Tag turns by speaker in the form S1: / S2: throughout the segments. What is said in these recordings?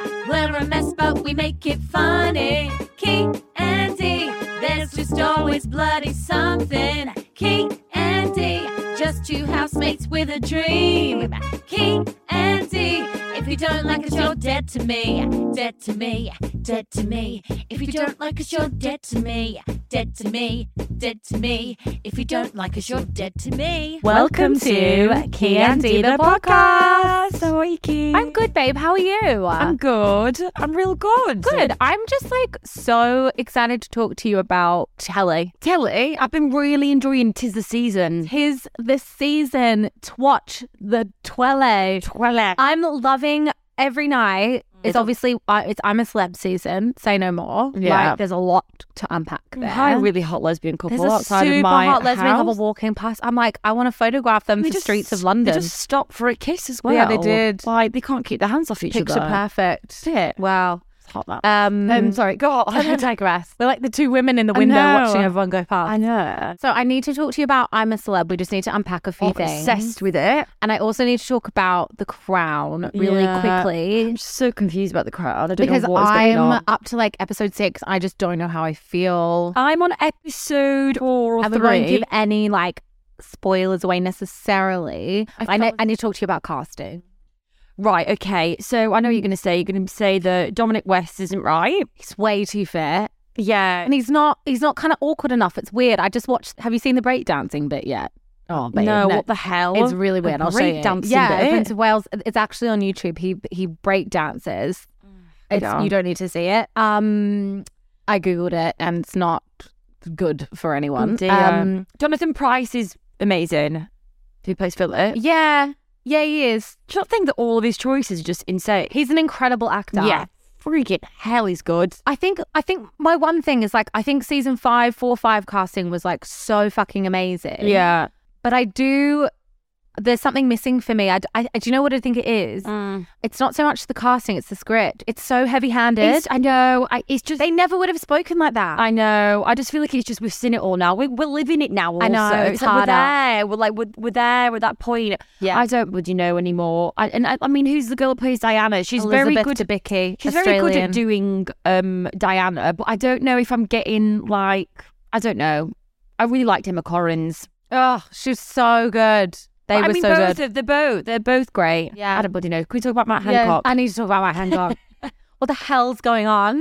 S1: a mess, but we make it funny. Key and D, there's just always bloody something. Key and D, just two housemates with a dream. Key and D, if you don't like us, you're dead to me. Dead to me, dead to me. If you don't like us, you're dead to me. Dead to me, dead to me. If you don't like us, you're dead to me.
S2: Welcome to Key and D the podcast.
S3: How are you, Key?
S2: I'm good, babe. How are you?
S3: I'm good. I'm real good.
S2: good. I'm just like so excited to talk to you about telly.
S3: Telly, I've been really enjoying Tis the Season.
S2: Tis this season, Twatch the Twelly.
S3: Twilight.
S2: I'm loving every night. It's obviously uh, it's I'm a celeb season. Say no more.
S3: Yeah.
S2: Like there's a lot to unpack there.
S3: Hi, really hot lesbian couple
S2: There's a
S3: outside
S2: super
S3: of my
S2: hot lesbian
S3: house.
S2: couple walking past. I'm like, I want to photograph them
S3: They
S2: for
S3: just-
S2: streets of London.
S3: They just stopped for a kiss as well.
S2: Yeah, they did.
S3: Like they can't keep their hands off each
S2: Picture
S3: other.
S2: perfect.
S3: That's it.
S2: Wow.
S3: It's hot that.
S2: Um,
S3: Um, sorry, go on.
S2: I digress. We're like the two women in the
S3: I
S2: window
S3: know.
S2: watching everyone go past.
S3: I know.
S2: so I need to talk to you about I'm a Celeb. We just need to unpack a few
S3: I'm
S2: things.
S3: obsessed with it.
S2: And I also need to talk about The Crown really
S3: Yeah.
S2: quickly
S3: I'm just so confused about the crowd. I don't
S2: because
S3: know what's
S2: I'm
S3: going on.
S2: up to like episode six. I just don't know how I feel.
S3: I'm on episode four or
S2: I won't give any like spoilers away necessarily.
S3: I
S2: But I, know,
S3: felt-
S2: I need to talk to you about casting.
S3: Right, okay. So I know what you're going to say you're going to say that Dominic West isn't right.
S2: He's way too fit.
S3: Yeah.
S2: And he's not he's not kind of awkward enough. It's weird. I just watched have you seen the breakdancing bit yet? Oh babe,
S3: no, what the hell?
S2: It's really weird. I'll show you.
S3: Dancing
S2: yeah, I went
S3: bit.
S2: to Wales. It's actually on YouTube. He he break dances. Mm. It's,
S3: Yeah.
S2: You don't need to see it. Um, I googled it and it's not good for anyone.
S3: Um, Jonathan Price is amazing. Who plays Philip?
S2: yeah, yeah, he is.
S3: Do you not think that all of his choices are just insane?
S2: He's an incredible actor.
S3: Yeah. Freaking hell, he's good.
S2: I think I think my one thing is like I think season five, four, five casting was like so fucking amazing.
S3: Yeah.
S2: but I do. There's something missing for me. I, d- I- do you know what I think it is? It's not so much the casting; it's the script. It's so heavy-handed.
S3: It's- I know. I, it's just.
S2: They never would have spoken like that.
S3: I know. I just feel like it's just we've seen it all now. We, we're living it now. Also.
S2: I know,
S3: It's,
S2: it's
S3: like we're
S2: harder.
S3: there. We're like we're, we're there. We're at that point.
S2: Yeah.
S3: I don't would you know anymore. I, and I, I mean, who's the girl that plays Diana? She's very
S2: Elizabeth
S3: good.
S2: Debicki,
S3: she's
S2: Australian.
S3: very good at doing um Diana, but I don't know if I'm getting like I don't know. I really liked Emma Corrin's.
S2: Oh, she was so good. They
S3: But
S2: were
S3: I mean,
S2: so
S3: both
S2: good.
S3: Of, they're both they're both great.
S2: Yeah.
S3: I don't bloody know. Can we talk about Matt
S2: Yeah,
S3: Hancock?
S2: I need to talk about my Hancock. what the hell's going on?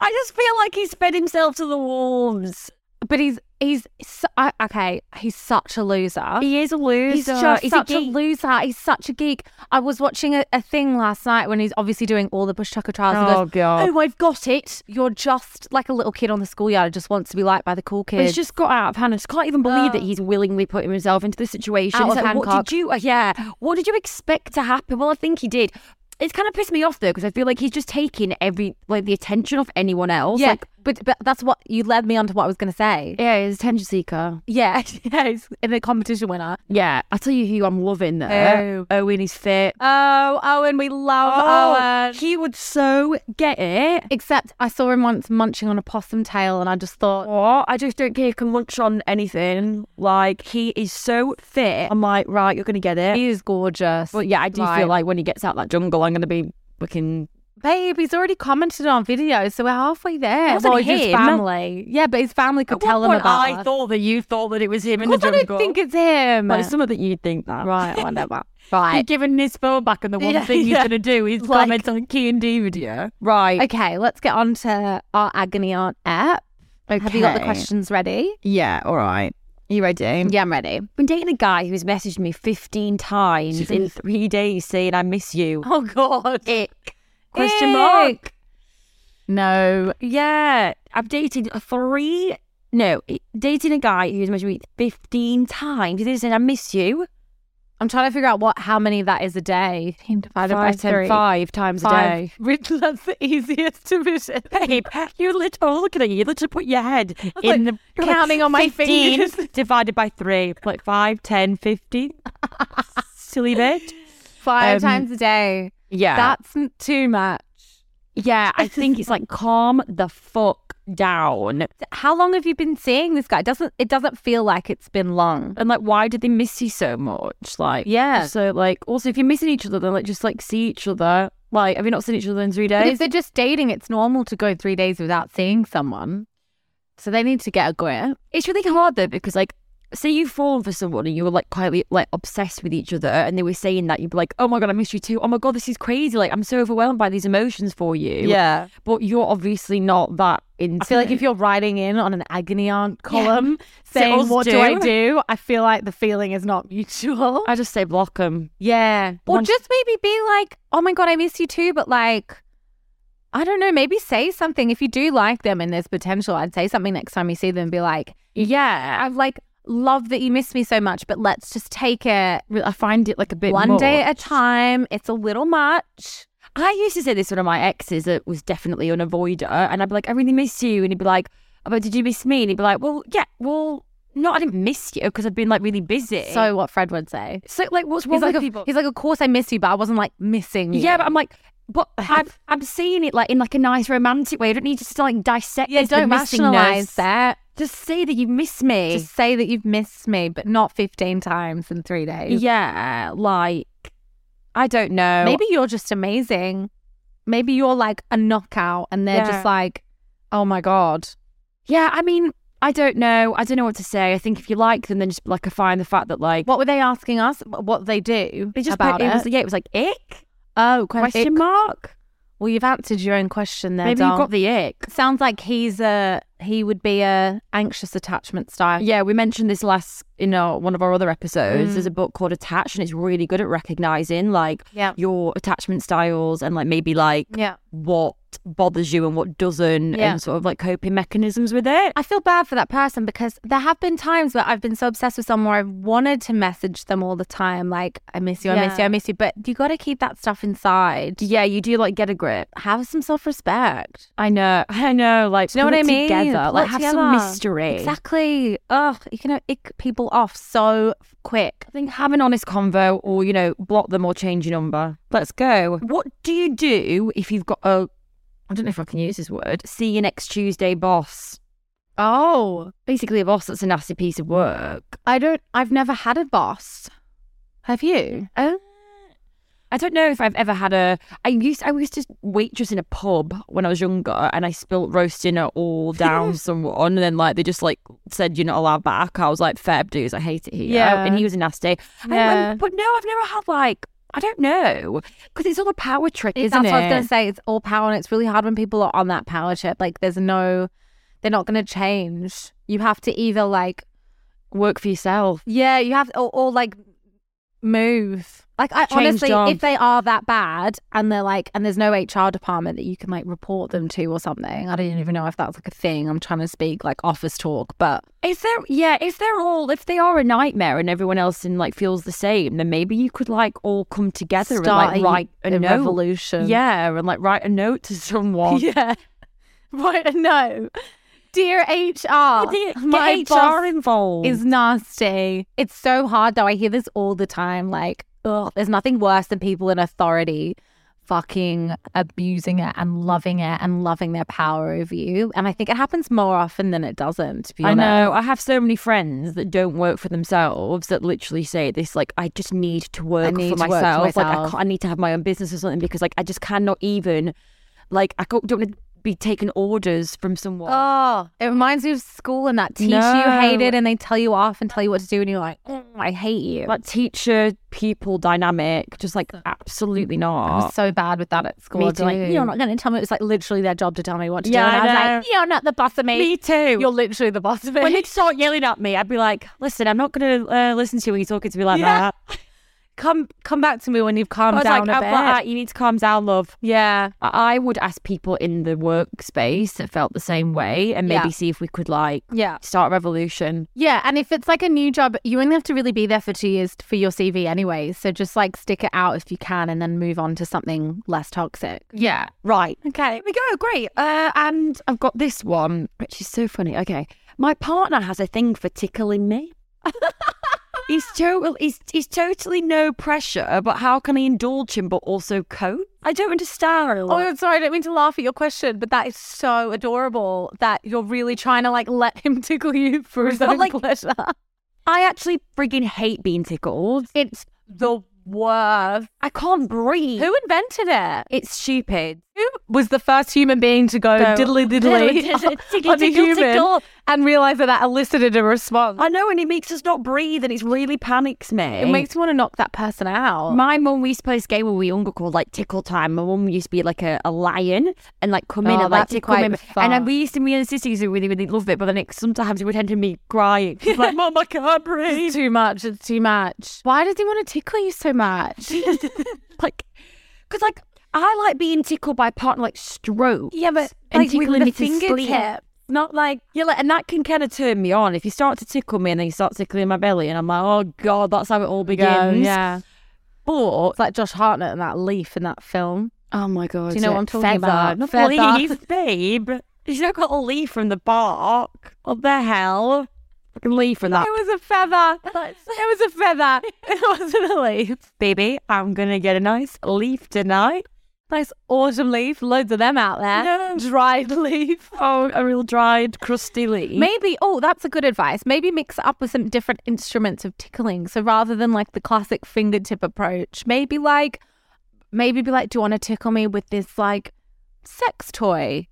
S3: I just feel like he sped himself to the wolves.
S2: But he's he's su- I- okay. He's such a loser.
S3: He is a loser.
S2: uh, He's just
S3: He's
S2: such a,
S3: geek.
S2: loser. He's such a geek. I was watching a, a thing last night when he's obviously doing all the Bush Tucker trials. and
S3: Oh,
S2: goes,
S3: God.
S2: Oh, I've got it. You're just like a little kid on the schoolyard who just wants to be liked by the cool
S3: But It's
S2: kids.
S3: just got out of hand. I just can't even believe that
S2: Oh.
S3: he's willingly putting himself into this situation.
S2: Out
S3: It's
S2: of
S3: like, What
S2: Hancock.
S3: did you? uh, Yeah. What did you expect to happen? Well, I think he did. It's kind of pissed me off though because I feel like he's just taking every like the attention off anyone else.
S2: yeah,
S3: Like,
S2: but but that's what you led me on to what I was going to say.
S3: yeah, he's attention seeker.
S2: Yeah, yeah, he's in the competition winner.
S3: Yeah, I tell you who I'm loving there.
S2: Who?
S3: Owen is fit. Oh,
S2: Oh, Owen, we love Owen.
S3: he would so get it.
S2: Oh, Except I saw him once munching on a possum tail, and I just thought,
S3: What? I just don't care. He can munch on anything. Like he is so fit. I'm like, right, you're gonna get it.
S2: he is gorgeous.
S3: But yeah, I do
S2: Right.
S3: feel like when he gets out that jungle, I'm gonna be looking
S2: Babe, he's already commented on videos, so we're halfway there.
S3: wasn't
S2: well, his
S3: him.
S2: family. Yeah, but his family could tell him about us.
S3: thought that you thought that it was him in
S2: Of course I don't think it's him.
S3: But it's some of that you think that.
S2: right, whatever.
S3: He's
S2: Right.
S3: giving his phone back, and the one
S2: Yeah,
S3: thing he's
S2: yeah.
S3: gonna do is
S2: Like-
S3: comment on Key and D video. Right.
S2: Okay, let's get on to our agony aunt app. Have you got the
S3: Okay.
S2: questions ready?
S3: Yeah. All right. You ready?
S2: Yeah, I'm ready.
S3: I've been dating a guy who's messaged me 15 times in three days saying I miss you.
S2: Oh God. Ick.
S3: Question mark.
S2: No.
S3: Yeah, I've dated a three. No, dating a guy who's messaged me 15 times. He said, I miss you.
S2: I'm trying to figure out what how many that is a day. divided by
S3: Five, ten,
S2: three.
S3: five times a day.
S2: Which that's the easiest division.
S3: Babe, you literally look at you. You literally put your head in
S2: like,
S3: the
S2: counting on my
S3: 15
S2: fingers.
S3: divided by three, like five, ten, fifteen. Silly bit.
S2: Five
S3: Um,
S2: times a day.
S3: Yeah,
S2: That's n- too much.
S3: yeah. I think it's like calm the fuck down.
S2: How long have you been seeing this guy? Doesn't it doesn't feel like it's been long.
S3: And like, why did they miss you so much? Like,
S2: Yeah.
S3: So like, also if you're missing each other, then like just like see each other. Like, have you not seen each other in three
S2: But if
S3: days?
S2: they're just dating, it's normal to go three days without seeing someone. So they need to get a grip.
S3: It's really hard though because like, say you've fallen for someone and you were like quietly like obsessed with each other, and they were saying that you'd be like, oh my god, I miss you too. Oh my god, this is crazy. Like, I'm so overwhelmed by these emotions for you.
S2: Yeah.
S3: but you're obviously not that into.
S2: I feel like if you're writing in on an agony aunt column saying,
S3: us
S2: What do I
S3: do.
S2: do? I feel like the feeling is not mutual.
S3: I just say block them.
S2: Yeah. Or
S3: One-
S2: just maybe be like, oh my God, I miss you too. But like, I don't know, maybe say something. If you do like them and there's potential, I'd say something next time you see them and be like, yeah, I've like, love that you miss me so much, but let's just take it
S3: I find it like a bit
S2: one day at a
S3: much.
S2: time. It's a little much.
S3: I used to say this to one of my exes that was definitely an avoider, and I'd be like, "I really miss you," and he'd be like, "Oh, but did you miss me?" And he'd be like, "Well, yeah, well, no, I didn't miss you because I'd been like really busy."
S2: So what Fred would say.
S3: so like, what's wrong
S2: He's like,
S3: with
S2: of-
S3: people?
S2: he's like, of course I miss you, but I wasn't like missing you.
S3: yeah. but I'm like, but I'm I'm seeing it like in like a nice romantic way. I don't need just to like dissect.
S2: yeah,
S3: this, the
S2: don't
S3: missingness.
S2: rationalize that.
S3: Just say that you miss me.
S2: Just say that you've missed me, but not 15 times in three days.
S3: yeah, like I don't know.
S2: Maybe you're just amazing. Maybe you're like a knockout and they're
S3: Yeah.
S2: just like, oh my God.
S3: Yeah, I mean, I don't know. I don't know what to say. I think if you like them, then just like find the fact that like
S2: What were they asking us? Wh- What they do
S3: they just
S2: about
S3: put,
S2: it?
S3: was yeah, it was like ick
S2: oh, quite
S3: question mark.
S2: Well, you've answered your own question there,
S3: Maybe you
S2: doll.
S3: got the ick.
S2: Sounds like he's a, he would be a anxious attachment style.
S3: Yeah, we mentioned this last in our, one of our other episodes.
S2: Mm.
S3: There's a book called Attached, and it's really good at recognizing like
S2: Yeah.
S3: your attachment styles and like maybe like
S2: Yeah.
S3: what bothers you and what doesn't,
S2: Yeah.
S3: and sort of like coping mechanisms with it.
S2: I feel bad for that person because there have been times where I've been so obsessed with someone where I've wanted to message them all the time, like, I miss you, I miss you, I
S3: Yeah.
S2: miss you. But you got to keep that stuff inside.
S3: Yeah, you do like get a grip.
S2: Have some self respect.
S3: I know, I know. Like,
S2: Do you know what
S3: pull
S2: I
S3: it
S2: mean?
S3: Together,
S2: Pull
S3: like
S2: it
S3: have some
S2: together.
S3: mystery.
S2: Exactly. Ugh, you can ick people off so quick.
S3: I think have an honest convo or, you know, block them or change your number. Let's go. What do you do if you've got a, I don't know if I can use this word, see you next Tuesday boss?
S2: Oh,
S3: Basically, a boss that's a nasty piece of work.
S2: I don't, I've never had a boss. Have you?
S3: Oh. I don't know if I've ever had a. I used I used to waitress in a pub when I was younger, and I spilt roast dinner all down someone, and then like they just like said you're not allowed back. I was like, fair dues, I hate it here.
S2: Yeah.
S3: and he was nasty. I- I-
S2: Yeah.
S3: but no, I've never had like I don't know because it's all a power trick, isn't
S2: That's
S3: it?
S2: what I was going to say. It's all power, and it's really hard when people are on that power trip. Like, there's no, they're not going to change. You have to either like
S3: work for yourself.
S2: Yeah, you have or, or like move. Like I
S3: Change
S2: honestly, if
S3: jobs.
S2: they are that bad and they're like, and there's no HR department that you can like report them to or something. I don't even know if that's like a thing. I'm trying to speak like office talk, but
S3: If they're yeah, if they're all if they are a nightmare and everyone else in like feels the same, then maybe you could like all come together
S2: start
S3: and like write a,
S2: a
S3: note.
S2: revolution.
S3: Yeah, and like write a note to someone.
S2: yeah. Right? No, dear HR,
S3: Get
S2: my
S3: HR
S2: boss
S3: involved.
S2: is nasty. It's so hard though. I hear this all the time. Like, ugh, there's nothing worse than people in authority fucking abusing it and loving it and loving their power over you. And I think it happens more often than it doesn't, to be
S3: I
S2: honest.
S3: know. I have so many friends that don't work for themselves that literally say this like, I just need to work
S2: need
S3: for
S2: to work for
S3: myself. Like, I,
S2: myself.
S3: can't, I need to have my own business or something because like I just cannot even like I can't- don't want to be taking orders from someone.
S2: Oh, it reminds me of school and that teacher you
S3: No.
S2: hated and they tell you off and tell you what to do and you're like, oh, I hate you.
S3: That teacher people dynamic, just like absolutely
S2: I
S3: not.
S2: was so bad with that at school.
S3: uh, Me
S2: I'd be like,
S3: too.
S2: you're not going to tell me. It was like literally their job to tell me what to
S3: Yeah,
S2: do. And
S3: I
S2: I was like, you're not the boss of me.
S3: too.
S2: You're literally the boss of me.
S3: when they start yelling at me, I'd be like, "Listen, I'm not going to uh, listen to you when you're talking to me like
S2: Yeah.
S3: that."
S2: come come back to me when you've calmed
S3: I was
S2: down
S3: like,
S2: a
S3: "I'm
S2: bit.
S3: like, "Ah, "You need to calm down, love."
S2: yeah.
S3: I I would ask people in the workspace that felt the same way, and maybe
S2: Yeah.
S3: see if we could like
S2: Yeah.
S3: start a revolution.
S2: Yeah. And if it's like a new job, you only have to really be there for two years for your CV anyway. So just like stick it out if you can and then move on to something less toxic.
S3: Yeah, right. Okay, we go. Great. Uh, and I've got this one, which is so funny. Okay, my partner has a thing for tickling me. he's total. He's he's totally no pressure, but how can I indulge him but also cope? I don't understand.
S2: Oh, I'm sorry. I don't mean to laugh at your question, but that is so adorable that you're really trying to like let him tickle you for his
S3: But,
S2: own
S3: like-
S2: pleasure.
S3: I actually frigging hate being tickled.
S2: It's the Whoa.
S3: I can't breathe.
S2: Who invented it?
S3: It's stupid.
S2: Who was the first human being to go
S3: So-
S2: diddly diddly
S3: Tickle,
S2: on a
S3: tickle,
S2: human
S3: tickle.
S2: and realize that that elicited a response?
S3: I know, and it makes us not breathe, and it really panics me.
S2: It makes me want to knock that person out.
S3: My mum we used to play this game when we were younger called like tickle time. My mum used to be like a, a lion and like come in
S2: Oh,
S3: and like
S2: that'd be
S3: tickle me.
S2: quite
S3: And
S2: fun.
S3: then we used to me and sisters used to really really love it, but then it, sometimes it would end in me crying. It's like mum, I can't
S2: it's
S3: breathe.
S2: too much. It's too much. Why does he want to tickle you so much?
S3: like, because like I like being tickled by a partner like stroke. and tickling me to sleep.
S2: not like
S3: Yeah, like, and that can kind of turn me on. If you start to tickle me and then you start tickling my belly, and I'm like, oh god, that's how it all begins.
S2: Yeah,
S3: But
S2: it's like Josh Hartnett and that leaf in that film.
S3: Oh my god!
S2: Do you know what I'm talking about?
S3: Not
S2: Feather.
S3: leaf, babe. She's not got a leaf from the bark. What the hell? Fucking leaf from that.
S2: was a feather. It was a feather. It wasn't a leaf.
S3: Baby, I'm gonna get a nice leaf tonight.
S2: Nice autumn leaf. Loads of them out there.
S3: No.
S2: Dried leaf.
S3: Oh, a real dried, crusty leaf.
S2: Maybe, oh, that's a good advice. Maybe mix it up with some different instruments of tickling. So rather than like the classic fingertip approach, maybe like, maybe be like, do you want to tickle me with this like sex toy?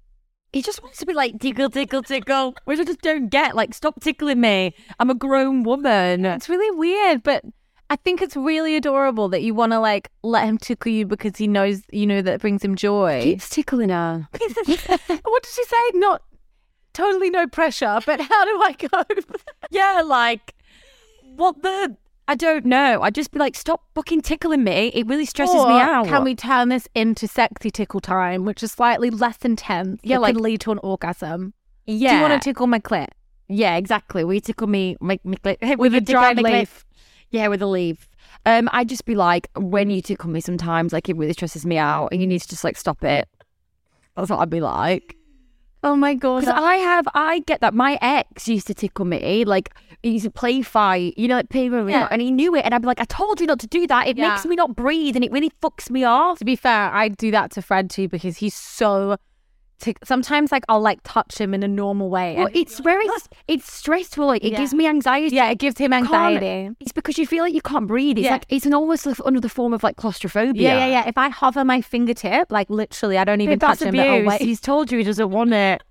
S3: he just wants to be like tickle, tickle, tickle, which I just don't get. Like, stop tickling me. I'm a grown woman.
S2: It's really weird, but I think it's really adorable that you want to like let him tickle you because he knows, you know, that brings him joy.
S3: tickling her.
S2: what did she say? Not totally no pressure, but how do I cope?
S3: Yeah, like what the. I don't know. I'd just be like, stop fucking tickling me. It really stresses me
S2: Or
S3: out.
S2: Can we turn this into sexy tickle time, which is slightly less intense?
S3: Yeah,
S2: that
S3: like-
S2: could lead to an orgasm.
S3: Yeah.
S2: Do you want to tickle my clit?
S3: Yeah, exactly. We tickle me, make me clip
S2: With a dried leaf.
S3: Yeah, with a leaf. Um, I'd just be like, when you tickle me, sometimes like it really stresses me out, and you need to just like stop it. That's what I'd be like.
S2: Oh my god!
S3: Because I have, I get that. My ex used to tickle me, like he used to play fight, you know, like play with me,
S2: Yeah.
S3: and he knew it, and I'd be like, I told you not to do that. It
S2: Yeah.
S3: makes me not breathe, and it really fucks me off.
S2: to be fair, I do that to Fred too because he's so. Tick- Sometimes like I'll like touch him in a normal way.
S3: Well,
S2: and-
S3: it's very, it's stressful. Like, it
S2: Yeah.
S3: gives me anxiety.
S2: yeah, it gives him
S3: can't-
S2: anxiety.
S3: It's because you feel like you can't breathe. It's
S2: Yeah.
S3: like it's an almost like under the form of like claustrophobia.
S2: Yeah, yeah, yeah. If I hover my fingertip, like literally, I don't even
S3: Babe,
S2: touch
S3: that's
S2: him. but I'll
S3: abuse.
S2: wait.
S3: He's told you he doesn't want it.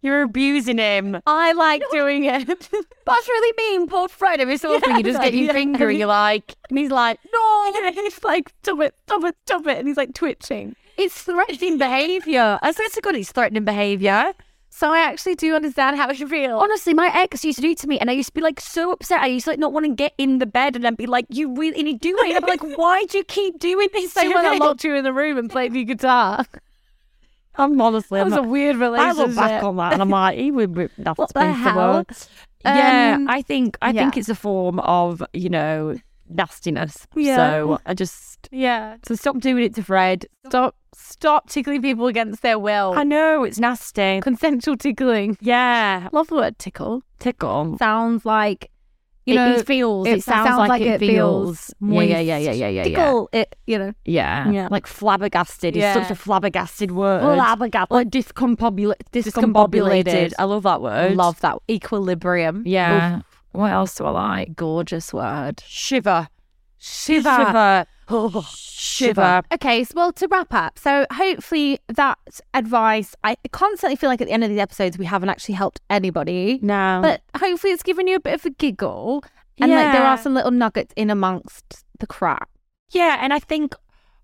S3: You're abusing him.
S2: I like doing it.
S3: That's really mean, poor Fred. If it's
S2: Yeah,
S3: awful, you just
S2: like,
S3: get your
S2: yeah.
S3: finger and you're like, and he's like, no.
S2: he's like, stop it, stop it, stop it, and he's like twitching.
S3: It's threatening behaviour. I swear to God, it's threatening behaviour.
S2: So I actually do understand how you feel.
S3: Honestly, my ex used to do it to me, and I used to be like so upset. I used to like not want to get in the bed, and then be like, "You really?" And he'd do it. And I'd be like, "Why do you keep doing this?"
S2: Same
S3: to
S2: when I
S3: me?"
S2: locked you in the room and played the guitar.
S3: I'm honestly,
S2: That
S3: I'm
S2: was a
S3: not-
S2: weird
S3: I
S2: relationship.
S3: look back on that and I'm like, he would rip that
S2: What the hell?
S3: Yeah,
S2: Um,
S3: I think I think
S2: yeah.
S3: it's a form of you know nastiness.
S2: Yeah.
S3: So I just
S2: yeah.
S3: so stop doing it to Fred.
S2: Stop. Stop tickling people against their will.
S3: I know it's nasty.
S2: Consensual tickling.
S3: Yeah,
S2: Love the word tickle.
S3: tickle.
S2: Sounds like you
S3: it,
S2: know.
S3: it feels.
S2: it
S3: It, sounds,
S2: sounds
S3: like,
S2: like
S3: it
S2: it feels
S3: feels. Yeah, yeah, yeah, yeah,
S2: moist.
S3: yeah, yeah, yeah.
S2: tickle it. You know.
S3: Yeah.
S2: Yeah.
S3: like flabbergasted.
S2: Yeah.
S3: It's such a flabbergasted word.
S2: Flabbergasted.
S3: Like discombobula-
S2: Discombobulated.
S3: discombobulated. I love that word.
S2: Love that equilibrium.
S3: Yeah. What else do I like?
S2: Oof, gorgeous word.
S3: Shiver.
S2: Shiver.
S3: Shiver.
S2: Oh,
S3: Shiver.
S2: Okay, so well, to wrap up, so hopefully that advice, I constantly feel like at the end of these episodes, we haven't actually helped anybody,
S3: No.
S2: but hopefully it's given you a bit of a giggle. And like there
S3: Yeah.
S2: are some little nuggets in amongst the crap.
S3: yeah, and I think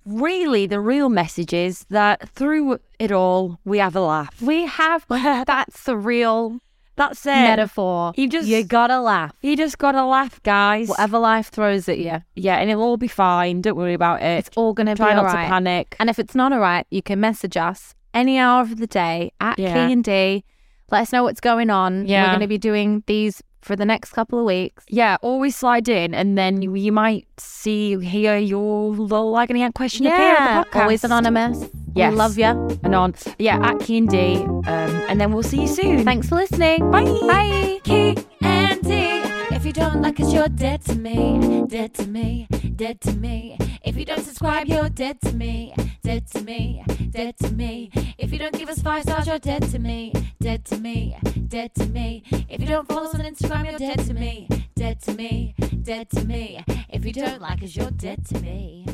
S3: really the real message is that through it all, we have a laugh.
S2: We have that's the real
S3: That's it.
S2: metaphor.
S3: You just-
S2: you gotta laugh.
S3: You just gotta laugh, guys.
S2: Whatever life throws at you,
S3: Yeah, and it'll all be fine. Don't worry about it.
S2: it's all gonna
S3: Try
S2: be
S3: not
S2: alright.
S3: to panic.
S2: And if it's not all right, you can message us any hour of the day at
S3: Yeah.
S2: Key and D. Let us know what's going on.
S3: Yeah.
S2: We're going to be doing these for the next couple of weeks.
S3: yeah, always slide in, and then you, you might see, hear your little agony aunt question appear at the podcast.
S2: Always anonymous.
S3: Yes.
S2: We love you.
S3: and on. Yeah, at Key and D, um, and then we'll see you soon.
S2: Thanks for listening.
S3: Bye.
S2: Bye.
S1: Key and D. If you don't like us, you're dead to me. Dead to me. Dead to me. If you don't subscribe, you're dead to me. Dead to me. Dead to me. If you don't give us five stars, you're dead to me. Dead to me. Dead to me. If you don't follow us on Instagram, you're dead to me. Dead to me. Dead to me. If If you don't like us, you're dead to me.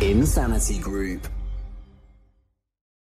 S4: Insanity Group.